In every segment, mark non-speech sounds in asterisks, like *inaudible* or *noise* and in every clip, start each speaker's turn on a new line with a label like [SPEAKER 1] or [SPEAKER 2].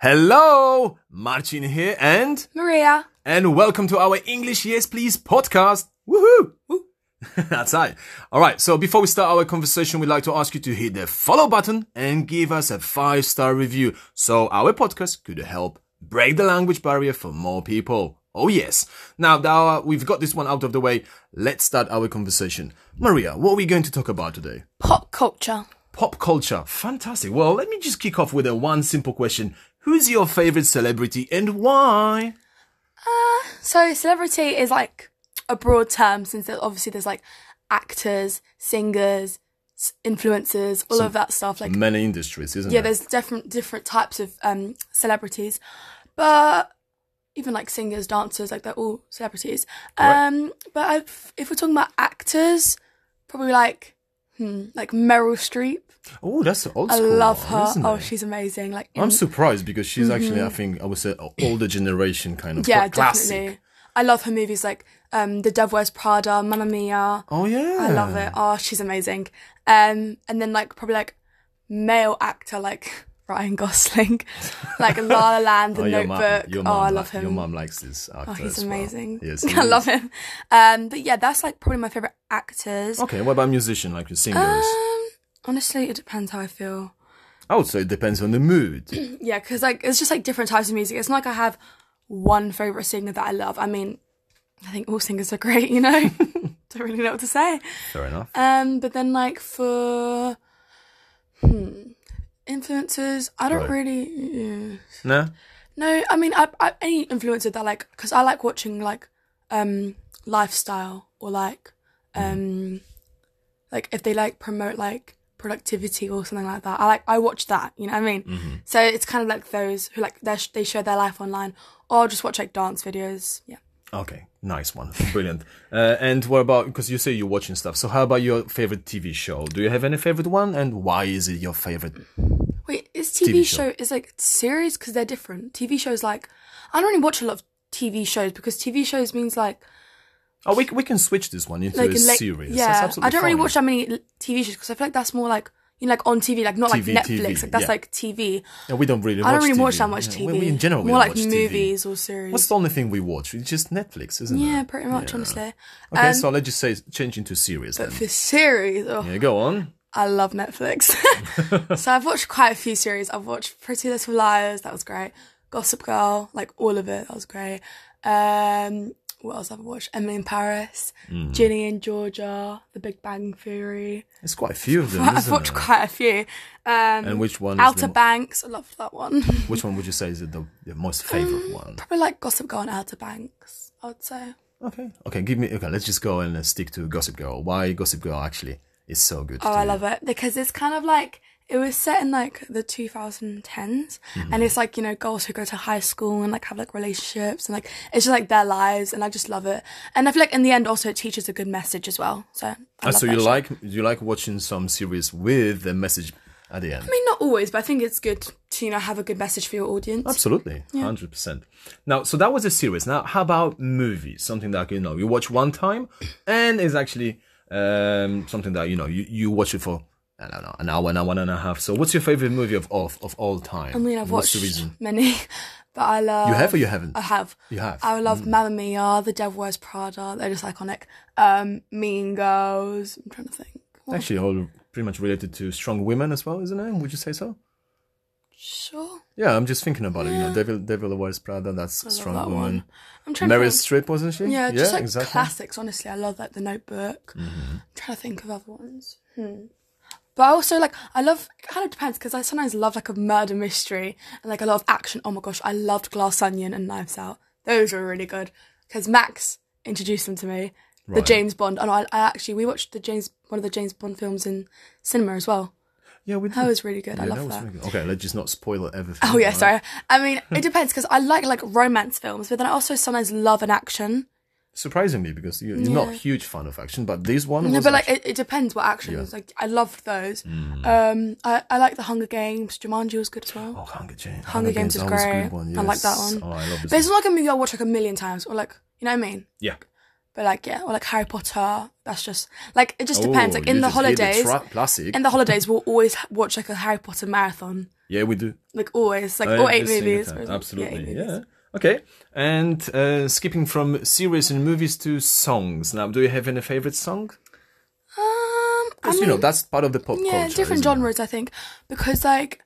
[SPEAKER 1] Hello, Martin here, and
[SPEAKER 2] Maria.
[SPEAKER 1] and welcome to our English Yes Please podcast. Woohoo! Woo. *laughs* That's right. All right. So before we start our conversation, we'd like to ask you to hit the follow button and give us a five star review, so our podcast could help break the language barrier for more people. Oh yes. Now that our- we've got this one out of the way, let's start our conversation. Maria, what are we going to talk about today?
[SPEAKER 2] Pop culture.
[SPEAKER 1] Pop culture. Fantastic. Well, let me just kick off with a one simple question. Who's your favorite celebrity and why?
[SPEAKER 2] So celebrity is like a broad term since there- obviously there's like actors, singers, s- influencers, all of that stuff. Like
[SPEAKER 1] Many industries, isn't
[SPEAKER 2] yeah,
[SPEAKER 1] it?
[SPEAKER 2] there's different different types of um celebrities, but even like singers, dancers, like they're all celebrities. Um, but I've, if we're talking about actors, probably like hmm, like Meryl Streep.
[SPEAKER 1] Oh, that's old
[SPEAKER 2] I
[SPEAKER 1] school.
[SPEAKER 2] love
[SPEAKER 1] one,
[SPEAKER 2] her.
[SPEAKER 1] isn't
[SPEAKER 2] Oh,
[SPEAKER 1] it?
[SPEAKER 2] she's amazing. Like
[SPEAKER 1] I'm
[SPEAKER 2] in-
[SPEAKER 1] surprised because she's actually, I think, I would say, a older generation kind of
[SPEAKER 2] Yeah,
[SPEAKER 1] but classic.
[SPEAKER 2] definitely. I love her movies like um, The Devil Wears Prada, Mamma Mia.
[SPEAKER 1] Oh yeah,
[SPEAKER 2] I love it. Oh, she's amazing. Um, and then like probably like male actor like *laughs* Ryan Gosling, *laughs* like La La Land, The
[SPEAKER 1] Oh, your mum-
[SPEAKER 2] Notebook.
[SPEAKER 1] your
[SPEAKER 2] oh,
[SPEAKER 1] mum
[SPEAKER 2] I
[SPEAKER 1] li-
[SPEAKER 2] love him.
[SPEAKER 1] Your mum likes this actor.
[SPEAKER 2] oh, he's
[SPEAKER 1] as well.
[SPEAKER 2] amazing.
[SPEAKER 1] Yes, he
[SPEAKER 2] *laughs* I
[SPEAKER 1] is.
[SPEAKER 2] love him. Um, but yeah, that's like probably my favorite actors.
[SPEAKER 1] Okay, what about musician, like your singers?
[SPEAKER 2] Um, honestly, it depends how I feel.
[SPEAKER 1] I would say Oh, it depends on the mood.
[SPEAKER 2] Yeah, because like it's just like different types of music. It's not like I have one favorite singer that I love. I mean, I think all singers are great,
[SPEAKER 1] *laughs*
[SPEAKER 2] you know. *laughs* Don't really know what to say.
[SPEAKER 1] Fair enough.
[SPEAKER 2] Um, but then like for hmm, influencers, I don't
[SPEAKER 1] Right.
[SPEAKER 2] really. yeah.
[SPEAKER 1] No,
[SPEAKER 2] No, I mean, I, I any influencer that like because I like watching like um lifestyle or like um like if they like promote like productivity or something like that. I like I watch that. You know what I mean? So it's kind of like those who like they sh- they show their life online, or I'll just watch like dance videos. Yeah.
[SPEAKER 1] Okay, nice one, *laughs* brilliant. Uh, and what about because you say you're watching stuff? So how about your favorite TV show? Do you have any favorite one, and why is it your favorite?
[SPEAKER 2] Wait, is TV,
[SPEAKER 1] TV show.
[SPEAKER 2] show is like series because they're different. TV shows like I don't really watch a lot of TV shows because TV shows means like
[SPEAKER 1] Oh, we we can switch this one into
[SPEAKER 2] like
[SPEAKER 1] a
[SPEAKER 2] in late-
[SPEAKER 1] series.
[SPEAKER 2] Yeah,
[SPEAKER 1] That's absolutely
[SPEAKER 2] I don't really
[SPEAKER 1] fine.
[SPEAKER 2] watch that many l- TV shows because I feel like that's more like you know like on TV, like not
[SPEAKER 1] TV,
[SPEAKER 2] like Netflix, like that's
[SPEAKER 1] yeah.
[SPEAKER 2] like TV.
[SPEAKER 1] Yeah, we don't really.
[SPEAKER 2] I don't
[SPEAKER 1] watch
[SPEAKER 2] really
[SPEAKER 1] TV.
[SPEAKER 2] watch that much
[SPEAKER 1] Yeah,
[SPEAKER 2] TV.
[SPEAKER 1] we- we- in general, we
[SPEAKER 2] more
[SPEAKER 1] don't
[SPEAKER 2] like
[SPEAKER 1] watch TV.
[SPEAKER 2] movies or series.
[SPEAKER 1] What's the only thing we watch? It's just Netflix, isn't it?
[SPEAKER 2] yeah, pretty much honestly.
[SPEAKER 1] Okay,
[SPEAKER 2] um,
[SPEAKER 1] so let's just say change into series
[SPEAKER 2] *laughs*
[SPEAKER 1] then.
[SPEAKER 2] for series, oh,
[SPEAKER 1] Yeah, go on.
[SPEAKER 2] I love Netflix. *laughs* so I've watched quite a few series. I've watched Pretty Little Liars, that was great. Gossip Girl, like all of it, that was great. Um, what else have I watched? Emily in Paris, Ginny in Georgia, The Big Bang Theory. *laughs*
[SPEAKER 1] It's quite a few of them,
[SPEAKER 2] I've
[SPEAKER 1] isn't
[SPEAKER 2] watched
[SPEAKER 1] it?
[SPEAKER 2] quite a few. Um,
[SPEAKER 1] And which one? Is
[SPEAKER 2] Outer
[SPEAKER 1] the,
[SPEAKER 2] Banks, I loved that one. *laughs*
[SPEAKER 1] which one would you say is the, the most favorite one?
[SPEAKER 2] Probably like Gossip Girl and Outer Banks, I would say.
[SPEAKER 1] Okay, okay, give me. Okay, let's just go and uh, stick to Gossip Girl. Why Gossip Girl actually is so good?
[SPEAKER 2] Oh, I love it because it's kind of like it was set in like the 2010s,
[SPEAKER 1] Mm-hmm.
[SPEAKER 2] and it's like you know girls who go to high school and like have like relationships and like it's just like their lives, and I just love it. And I feel like in the end, also it teaches a good message as well. So I
[SPEAKER 1] Ah,
[SPEAKER 2] love
[SPEAKER 1] so
[SPEAKER 2] that
[SPEAKER 1] you
[SPEAKER 2] show.
[SPEAKER 1] like you like watching some series with the message at the end.
[SPEAKER 2] I mean, not always, but I think it's good to you know have a good message for your audience.
[SPEAKER 1] Absolutely, hundred percent. Now, so that was a series. Now, how about movies? Something that you know you watch one
[SPEAKER 2] *coughs*
[SPEAKER 1] time, and is actually um, something that you know you, you watch it for I don't know an hour, an hour and a half. So, what's your favorite movie of all of all time?
[SPEAKER 2] I mean, I've
[SPEAKER 1] what's
[SPEAKER 2] watched
[SPEAKER 1] the reason
[SPEAKER 2] many, *laughs* but I love
[SPEAKER 1] you have Mm-hmm. or you haven't?
[SPEAKER 2] I have.
[SPEAKER 1] You have.
[SPEAKER 2] I love Mamma Mia, The Devil Wears Prada. They're just iconic. Um, mean Girls. I'm trying to think. What-
[SPEAKER 1] actually, all pretty much related to strong women as well, isn't it? Would you say so?
[SPEAKER 2] Sure.
[SPEAKER 1] Yeah, I'm just thinking about it. You know, Devil Devil Wears Prada. That's strong
[SPEAKER 2] that
[SPEAKER 1] woman.
[SPEAKER 2] *laughs* one. I'm trying
[SPEAKER 1] Meryl
[SPEAKER 2] to
[SPEAKER 1] Streep wasn't she?
[SPEAKER 2] think. Yeah, just like
[SPEAKER 1] exactly. Mm-hmm.
[SPEAKER 2] classics. Honestly, I love like The Notebook. I'm trying to think of other ones. Hmm. But I also like I love it kind of depends because I sometimes love like a murder mystery and like a lot of action. Oh my gosh, I loved Glass Onion and Knives Out. Those were really good because Max introduced them to me. The
[SPEAKER 1] Right.
[SPEAKER 2] James Bond and I, I actually we watched the James one of the James Bond films in cinema as well.
[SPEAKER 1] yeah, we did.
[SPEAKER 2] That was really good. I
[SPEAKER 1] Yeah,
[SPEAKER 2] love
[SPEAKER 1] that was
[SPEAKER 2] that.
[SPEAKER 1] really good. Okay, let's just not spoil everything.
[SPEAKER 2] Oh yeah,
[SPEAKER 1] right?
[SPEAKER 2] sorry. I mean, it depends because I like like romance films, but then I also sometimes love an action.
[SPEAKER 1] surprisingly because you- you're not a
[SPEAKER 2] Yeah.
[SPEAKER 1] huge fan of action but this one
[SPEAKER 2] No,
[SPEAKER 1] was
[SPEAKER 2] but like
[SPEAKER 1] actually-
[SPEAKER 2] it, it depends what action. is. Like I loved those. Um, I, I like the Hunger Games. Jumanji was good as well.
[SPEAKER 1] Mm. oh hunger games
[SPEAKER 2] Hunger Games is
[SPEAKER 1] that was a
[SPEAKER 2] great.
[SPEAKER 1] good one,
[SPEAKER 2] I like that
[SPEAKER 1] yes.
[SPEAKER 2] one.
[SPEAKER 1] oh i love this
[SPEAKER 2] but it's not like a movie I watch like a million times, or like you know what I mean.
[SPEAKER 1] yeah
[SPEAKER 2] But like yeah, or like Harry Potter. That's just like it just depends.
[SPEAKER 1] Oh,
[SPEAKER 2] Like
[SPEAKER 1] you
[SPEAKER 2] in the
[SPEAKER 1] just hit
[SPEAKER 2] holidays,
[SPEAKER 1] tra- classic
[SPEAKER 2] in the holidays we'll always watch like a Harry Potter marathon.
[SPEAKER 1] Yeah, we do.
[SPEAKER 2] Like always, like
[SPEAKER 1] Uh,
[SPEAKER 2] all eight
[SPEAKER 1] every single
[SPEAKER 2] movies.
[SPEAKER 1] time.
[SPEAKER 2] or- yeah, eight
[SPEAKER 1] Absolutely. Yeah.
[SPEAKER 2] movies.
[SPEAKER 1] Okay. And uh, skipping from series and movies to songs. Now, do you have any favorite song?
[SPEAKER 2] Um, I
[SPEAKER 1] Because you know
[SPEAKER 2] mean,
[SPEAKER 1] that's part of the pop
[SPEAKER 2] yeah,
[SPEAKER 1] culture.
[SPEAKER 2] different
[SPEAKER 1] isn't it?
[SPEAKER 2] genres, I think, because like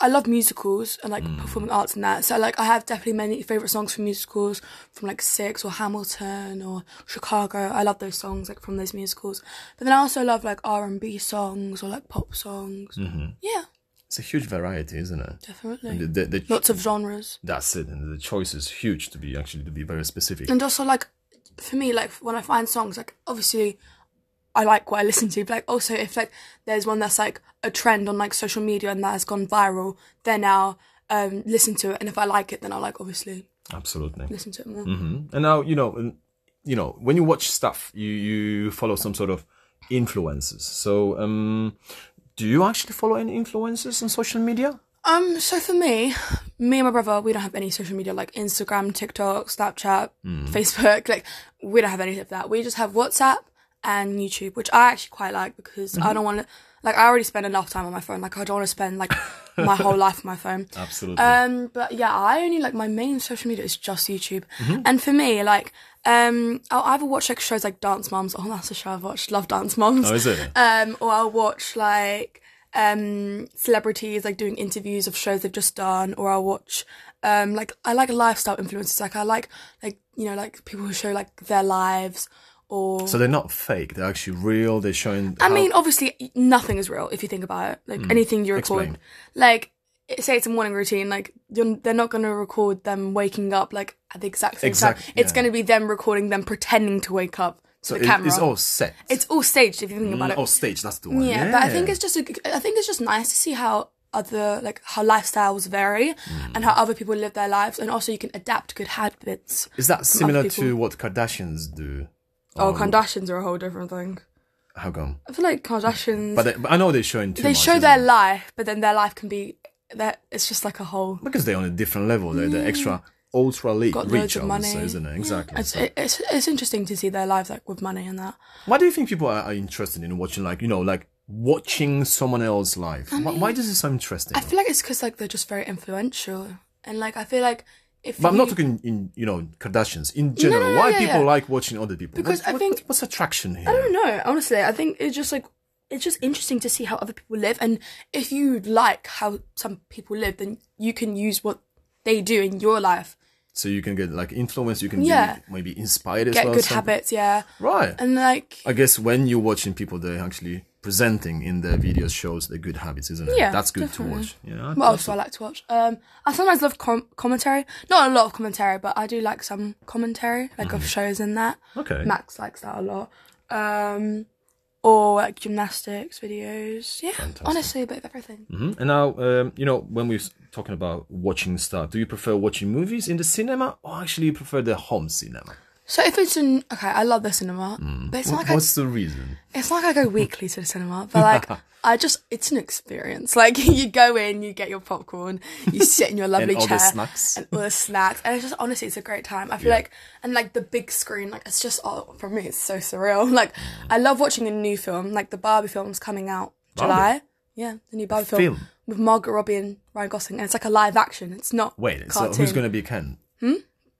[SPEAKER 2] I love musicals and
[SPEAKER 1] Mm.
[SPEAKER 2] like performing arts and that. So like I have definitely many favorite songs from musicals, from like Six or Hamilton or Chicago. I love those songs like from those musicals. But then I also love like R and B songs or like pop songs. Yeah,
[SPEAKER 1] It's a huge variety, isn't it?
[SPEAKER 2] definitely.
[SPEAKER 1] Mm-hmm. And the, the, the,
[SPEAKER 2] Lots of genres.
[SPEAKER 1] that's it. And the choice is huge to be actually to be very specific.
[SPEAKER 2] and also like for me like when i find songs like obviously i like what i listen to but like also if like there's one that's like a trend on like social media and that has gone viral then i'll um listen to it and if i like it then i'll like obviously
[SPEAKER 1] Absolutely.
[SPEAKER 2] listen to it more
[SPEAKER 1] And now you know, and, you know, when you watch stuff, you you follow some sort of influences. So, um, do you actually follow any influences on social media?
[SPEAKER 2] um so for me me and my brother we don't have any social media like instagram tiktok snapchat facebook like we don't have any of that we just have whatsapp and youtube which i actually quite like because i don't want to like i already spend enough time on my phone like i don't want to spend like my whole life on my phone
[SPEAKER 1] Absolutely.
[SPEAKER 2] Um, but yeah, I only like my main social media is just YouTube,
[SPEAKER 1] Mm-hmm.
[SPEAKER 2] and for me, like, um, I'll either watch like shows like Dance Moms. Oh, that's a show I've watched. Love Dance Moms.
[SPEAKER 1] oh, is it?
[SPEAKER 2] Um, or I'll watch like um celebrities like doing interviews of shows they've just done, or I'll watch um like I like lifestyle influencers. Like I like like you know like people who show like their lives or.
[SPEAKER 1] So they're not fake. They're actually real. They're showing.
[SPEAKER 2] I mean, obviously, nothing is real if you think about it. Like anything you record,
[SPEAKER 1] Mm. Explain.
[SPEAKER 2] like it- say it's a morning routine, like you're, they're not going to record them waking up like at the exact same
[SPEAKER 1] Exact-
[SPEAKER 2] time. It's
[SPEAKER 1] yeah.
[SPEAKER 2] going to be them recording them pretending to wake up to
[SPEAKER 1] so
[SPEAKER 2] the
[SPEAKER 1] it-
[SPEAKER 2] camera.
[SPEAKER 1] it's all set.
[SPEAKER 2] It's all staged if you think about it.
[SPEAKER 1] oh, stage. That's the one.
[SPEAKER 2] Yeah, but I think it's just a, I think it's just nice to see how other like how lifestyles vary
[SPEAKER 1] Mm.
[SPEAKER 2] and how other people live their lives, and also you can adapt good habits.
[SPEAKER 1] is that similar to
[SPEAKER 2] people.
[SPEAKER 1] what Kardashians do?
[SPEAKER 2] Oh, Kardashians are a whole different thing.
[SPEAKER 1] How come?
[SPEAKER 2] I feel like Kardashians.
[SPEAKER 1] But, they, but I know they're showing too
[SPEAKER 2] they
[SPEAKER 1] much.
[SPEAKER 2] show
[SPEAKER 1] isn't
[SPEAKER 2] their
[SPEAKER 1] it?
[SPEAKER 2] life, but then their life can be that it's just like a whole.
[SPEAKER 1] because they're on a different level. They're the extra ultra le-
[SPEAKER 2] Got
[SPEAKER 1] rich,
[SPEAKER 2] loads
[SPEAKER 1] I
[SPEAKER 2] of
[SPEAKER 1] would
[SPEAKER 2] money.
[SPEAKER 1] say, isn't it? Exactly.
[SPEAKER 2] It's,
[SPEAKER 1] So-
[SPEAKER 2] it, it's it's interesting to see their lives like with money and that.
[SPEAKER 1] Why do you think people are, are interested in watching, like, you know, like watching someone else's life? Why why does it so interesting?
[SPEAKER 2] I feel like it's because like they're just very influential and like I feel like if
[SPEAKER 1] but I'm not
[SPEAKER 2] you-
[SPEAKER 1] talking in, you know, Kardashians. In general,
[SPEAKER 2] no,
[SPEAKER 1] why
[SPEAKER 2] yeah,
[SPEAKER 1] people
[SPEAKER 2] yeah.
[SPEAKER 1] like watching other people?
[SPEAKER 2] Because I think-
[SPEAKER 1] What's attraction here?
[SPEAKER 2] I don't know. Honestly, I think it's just like it's just interesting to see how other people live, and if you like how some people live, then you can use what they do in your life,
[SPEAKER 1] So you can get, like, influence, you can
[SPEAKER 2] Yeah.
[SPEAKER 1] be maybe inspired as
[SPEAKER 2] get
[SPEAKER 1] well.
[SPEAKER 2] good
[SPEAKER 1] some-
[SPEAKER 2] habits, yeah,
[SPEAKER 1] Right.
[SPEAKER 2] and like
[SPEAKER 1] I guess when you're watching people, they're actually presenting in their videos shows their good habits, isn't it?
[SPEAKER 2] Yeah,
[SPEAKER 1] That's good
[SPEAKER 2] definitely.
[SPEAKER 1] to watch. Yeah.
[SPEAKER 2] what else do I like to watch? Um, I sometimes love com- commentary, not a lot of commentary, but I do like some commentary, like of shows and that.
[SPEAKER 1] Okay.
[SPEAKER 2] Max likes that a lot. Um, or like gymnastics videos, yeah. Honestly, a bit of everything.
[SPEAKER 1] Mhm. And now, um, you know, when we're s- talking about watching stuff, do you prefer watching movies in the cinema or actually you prefer the home cinema?
[SPEAKER 2] So if it's in okay, I love the cinema, but it's not like I
[SPEAKER 1] What's the reason?
[SPEAKER 2] It's
[SPEAKER 1] *laughs*
[SPEAKER 2] not like I go weekly to the cinema, but like I just it's an experience. Like *laughs* you go in, you get your popcorn, you sit
[SPEAKER 1] *laughs*
[SPEAKER 2] in your lovely
[SPEAKER 1] all the
[SPEAKER 2] chair
[SPEAKER 1] snacks.
[SPEAKER 2] and all the snacks. And it's just honestly it's a great time. I feel like and like the big screen, like it's just oh, for me it's so surreal. *laughs* Like I love watching a new film, like the Barbie film's coming out July. Yeah, the new Barbie film,
[SPEAKER 1] Film.
[SPEAKER 2] with Margaret Robbie and Ryan Gosling. And it's like a live action. It's not
[SPEAKER 1] Wait, so
[SPEAKER 2] cartoon.
[SPEAKER 1] who's going to be Ken?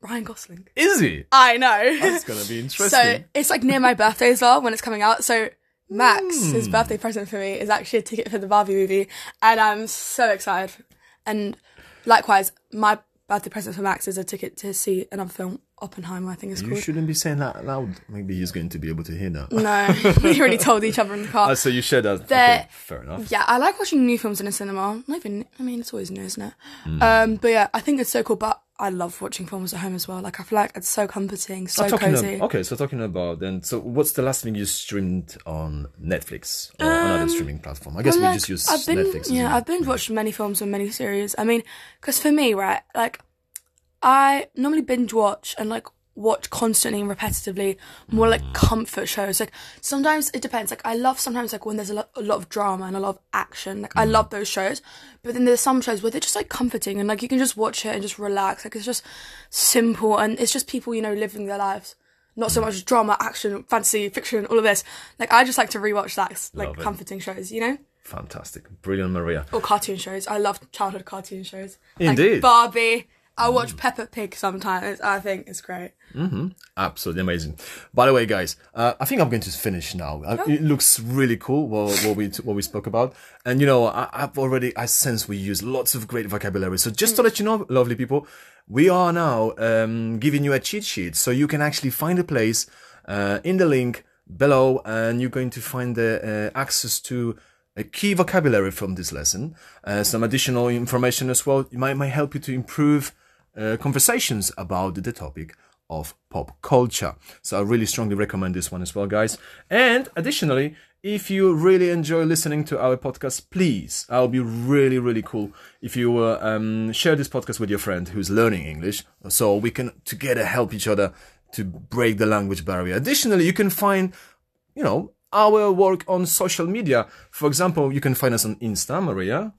[SPEAKER 2] Ryan Gosling.
[SPEAKER 1] Is he?
[SPEAKER 2] I know.
[SPEAKER 1] It's going
[SPEAKER 2] *laughs*
[SPEAKER 1] to be
[SPEAKER 2] So
[SPEAKER 1] interesting.
[SPEAKER 2] it's like near my birthday as well when it's coming out. So Max,
[SPEAKER 1] Hmm.
[SPEAKER 2] his birthday present for me is actually a ticket for the Barbie movie, and I'm so excited. And likewise, my birthday present for Max is a ticket to see another film, Oppenheimer. I think it's
[SPEAKER 1] you
[SPEAKER 2] called.
[SPEAKER 1] shouldn't be saying that loud. Maybe he's going to be able to hear that.
[SPEAKER 2] No, *laughs* we already told each other in
[SPEAKER 1] *laughs*
[SPEAKER 2] the car.
[SPEAKER 1] Ah, so you share that. Okay,
[SPEAKER 2] There-
[SPEAKER 1] fair enough.
[SPEAKER 2] Yeah, I like watching new films in a cinema. Not even, I mean, it's always new, isn't it?
[SPEAKER 1] Hmm.
[SPEAKER 2] Um, but yeah, I think it's so cool. But I love watching films at home as well. Like I feel like it's so comforting, so
[SPEAKER 1] Talking ab-
[SPEAKER 2] cozy.
[SPEAKER 1] okay, so talking about then, so what's the last thing you streamed on Netflix or another streaming platform? I guess we
[SPEAKER 2] Um, Well,
[SPEAKER 1] just use
[SPEAKER 2] I've been,
[SPEAKER 1] Netflix. isn't
[SPEAKER 2] Yeah,
[SPEAKER 1] it?
[SPEAKER 2] I've been watching many films and many series. I mean, because for me, right, like I normally binge watch and like watch constantly and repetitively more like
[SPEAKER 1] Mm.
[SPEAKER 2] comfort shows. Like sometimes it depends. Like I love sometimes like when there's a lot, a lot of drama and a lot of action. Like
[SPEAKER 1] Mm.
[SPEAKER 2] I love those shows, but then there's some shows where they're just like comforting and like you can just watch it and just relax. Like it's just simple and it's just people you know living their lives. Not
[SPEAKER 1] Mm.
[SPEAKER 2] so much drama, action, fantasy, fiction, all of this. Like I just like to rewatch that, like
[SPEAKER 1] Love it.
[SPEAKER 2] comforting shows, you know.
[SPEAKER 1] Fantastic. Brilliant, Maria.
[SPEAKER 2] Or cartoon shows. I love childhood cartoon shows.
[SPEAKER 1] Indeed.
[SPEAKER 2] Like Barbie. I watch Peppa Pig sometimes. I think it's great.
[SPEAKER 1] Absolutely amazing. By the way, guys, uh, I think I'm going to finish now. Uh, It looks really cool what, what we what we spoke about, and you know, I, I've already I sense we use lots of great vocabulary. So just to let you know, lovely people, we are now um, giving you a cheat sheet, so you can actually find a place uh, in the link below, and you're going to find the uh, access to. A key vocabulary from this lesson, uh, some additional information as well. It might, might help you to improve uh, conversations about the topic of pop culture. So I really strongly recommend this one as well, guys. And additionally, if you really enjoy listening to our podcast, please, I'll be really, really cool if you uh, um, share this podcast with your friend who's learning English so we can together help each other to break the language barrier. Additionally, you can find you know, our work on social media. For example, you can find us on Insta, Maria,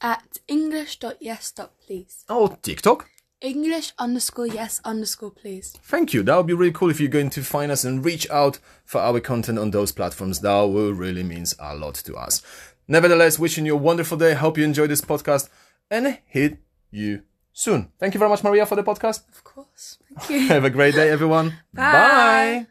[SPEAKER 2] At english.yes.please.
[SPEAKER 1] or TikTok.
[SPEAKER 2] English underscore yes underscore please.
[SPEAKER 1] Thank you. That would be really cool if you're going to find us and reach out for our content on those platforms. That will really means a lot to us. Nevertheless, wishing you a wonderful day. Hope you enjoy this podcast and hit you soon. Thank you very much, Maria, for the podcast.
[SPEAKER 2] Of course. Thank you. *laughs*
[SPEAKER 1] Have a great day, everyone.
[SPEAKER 2] Bye.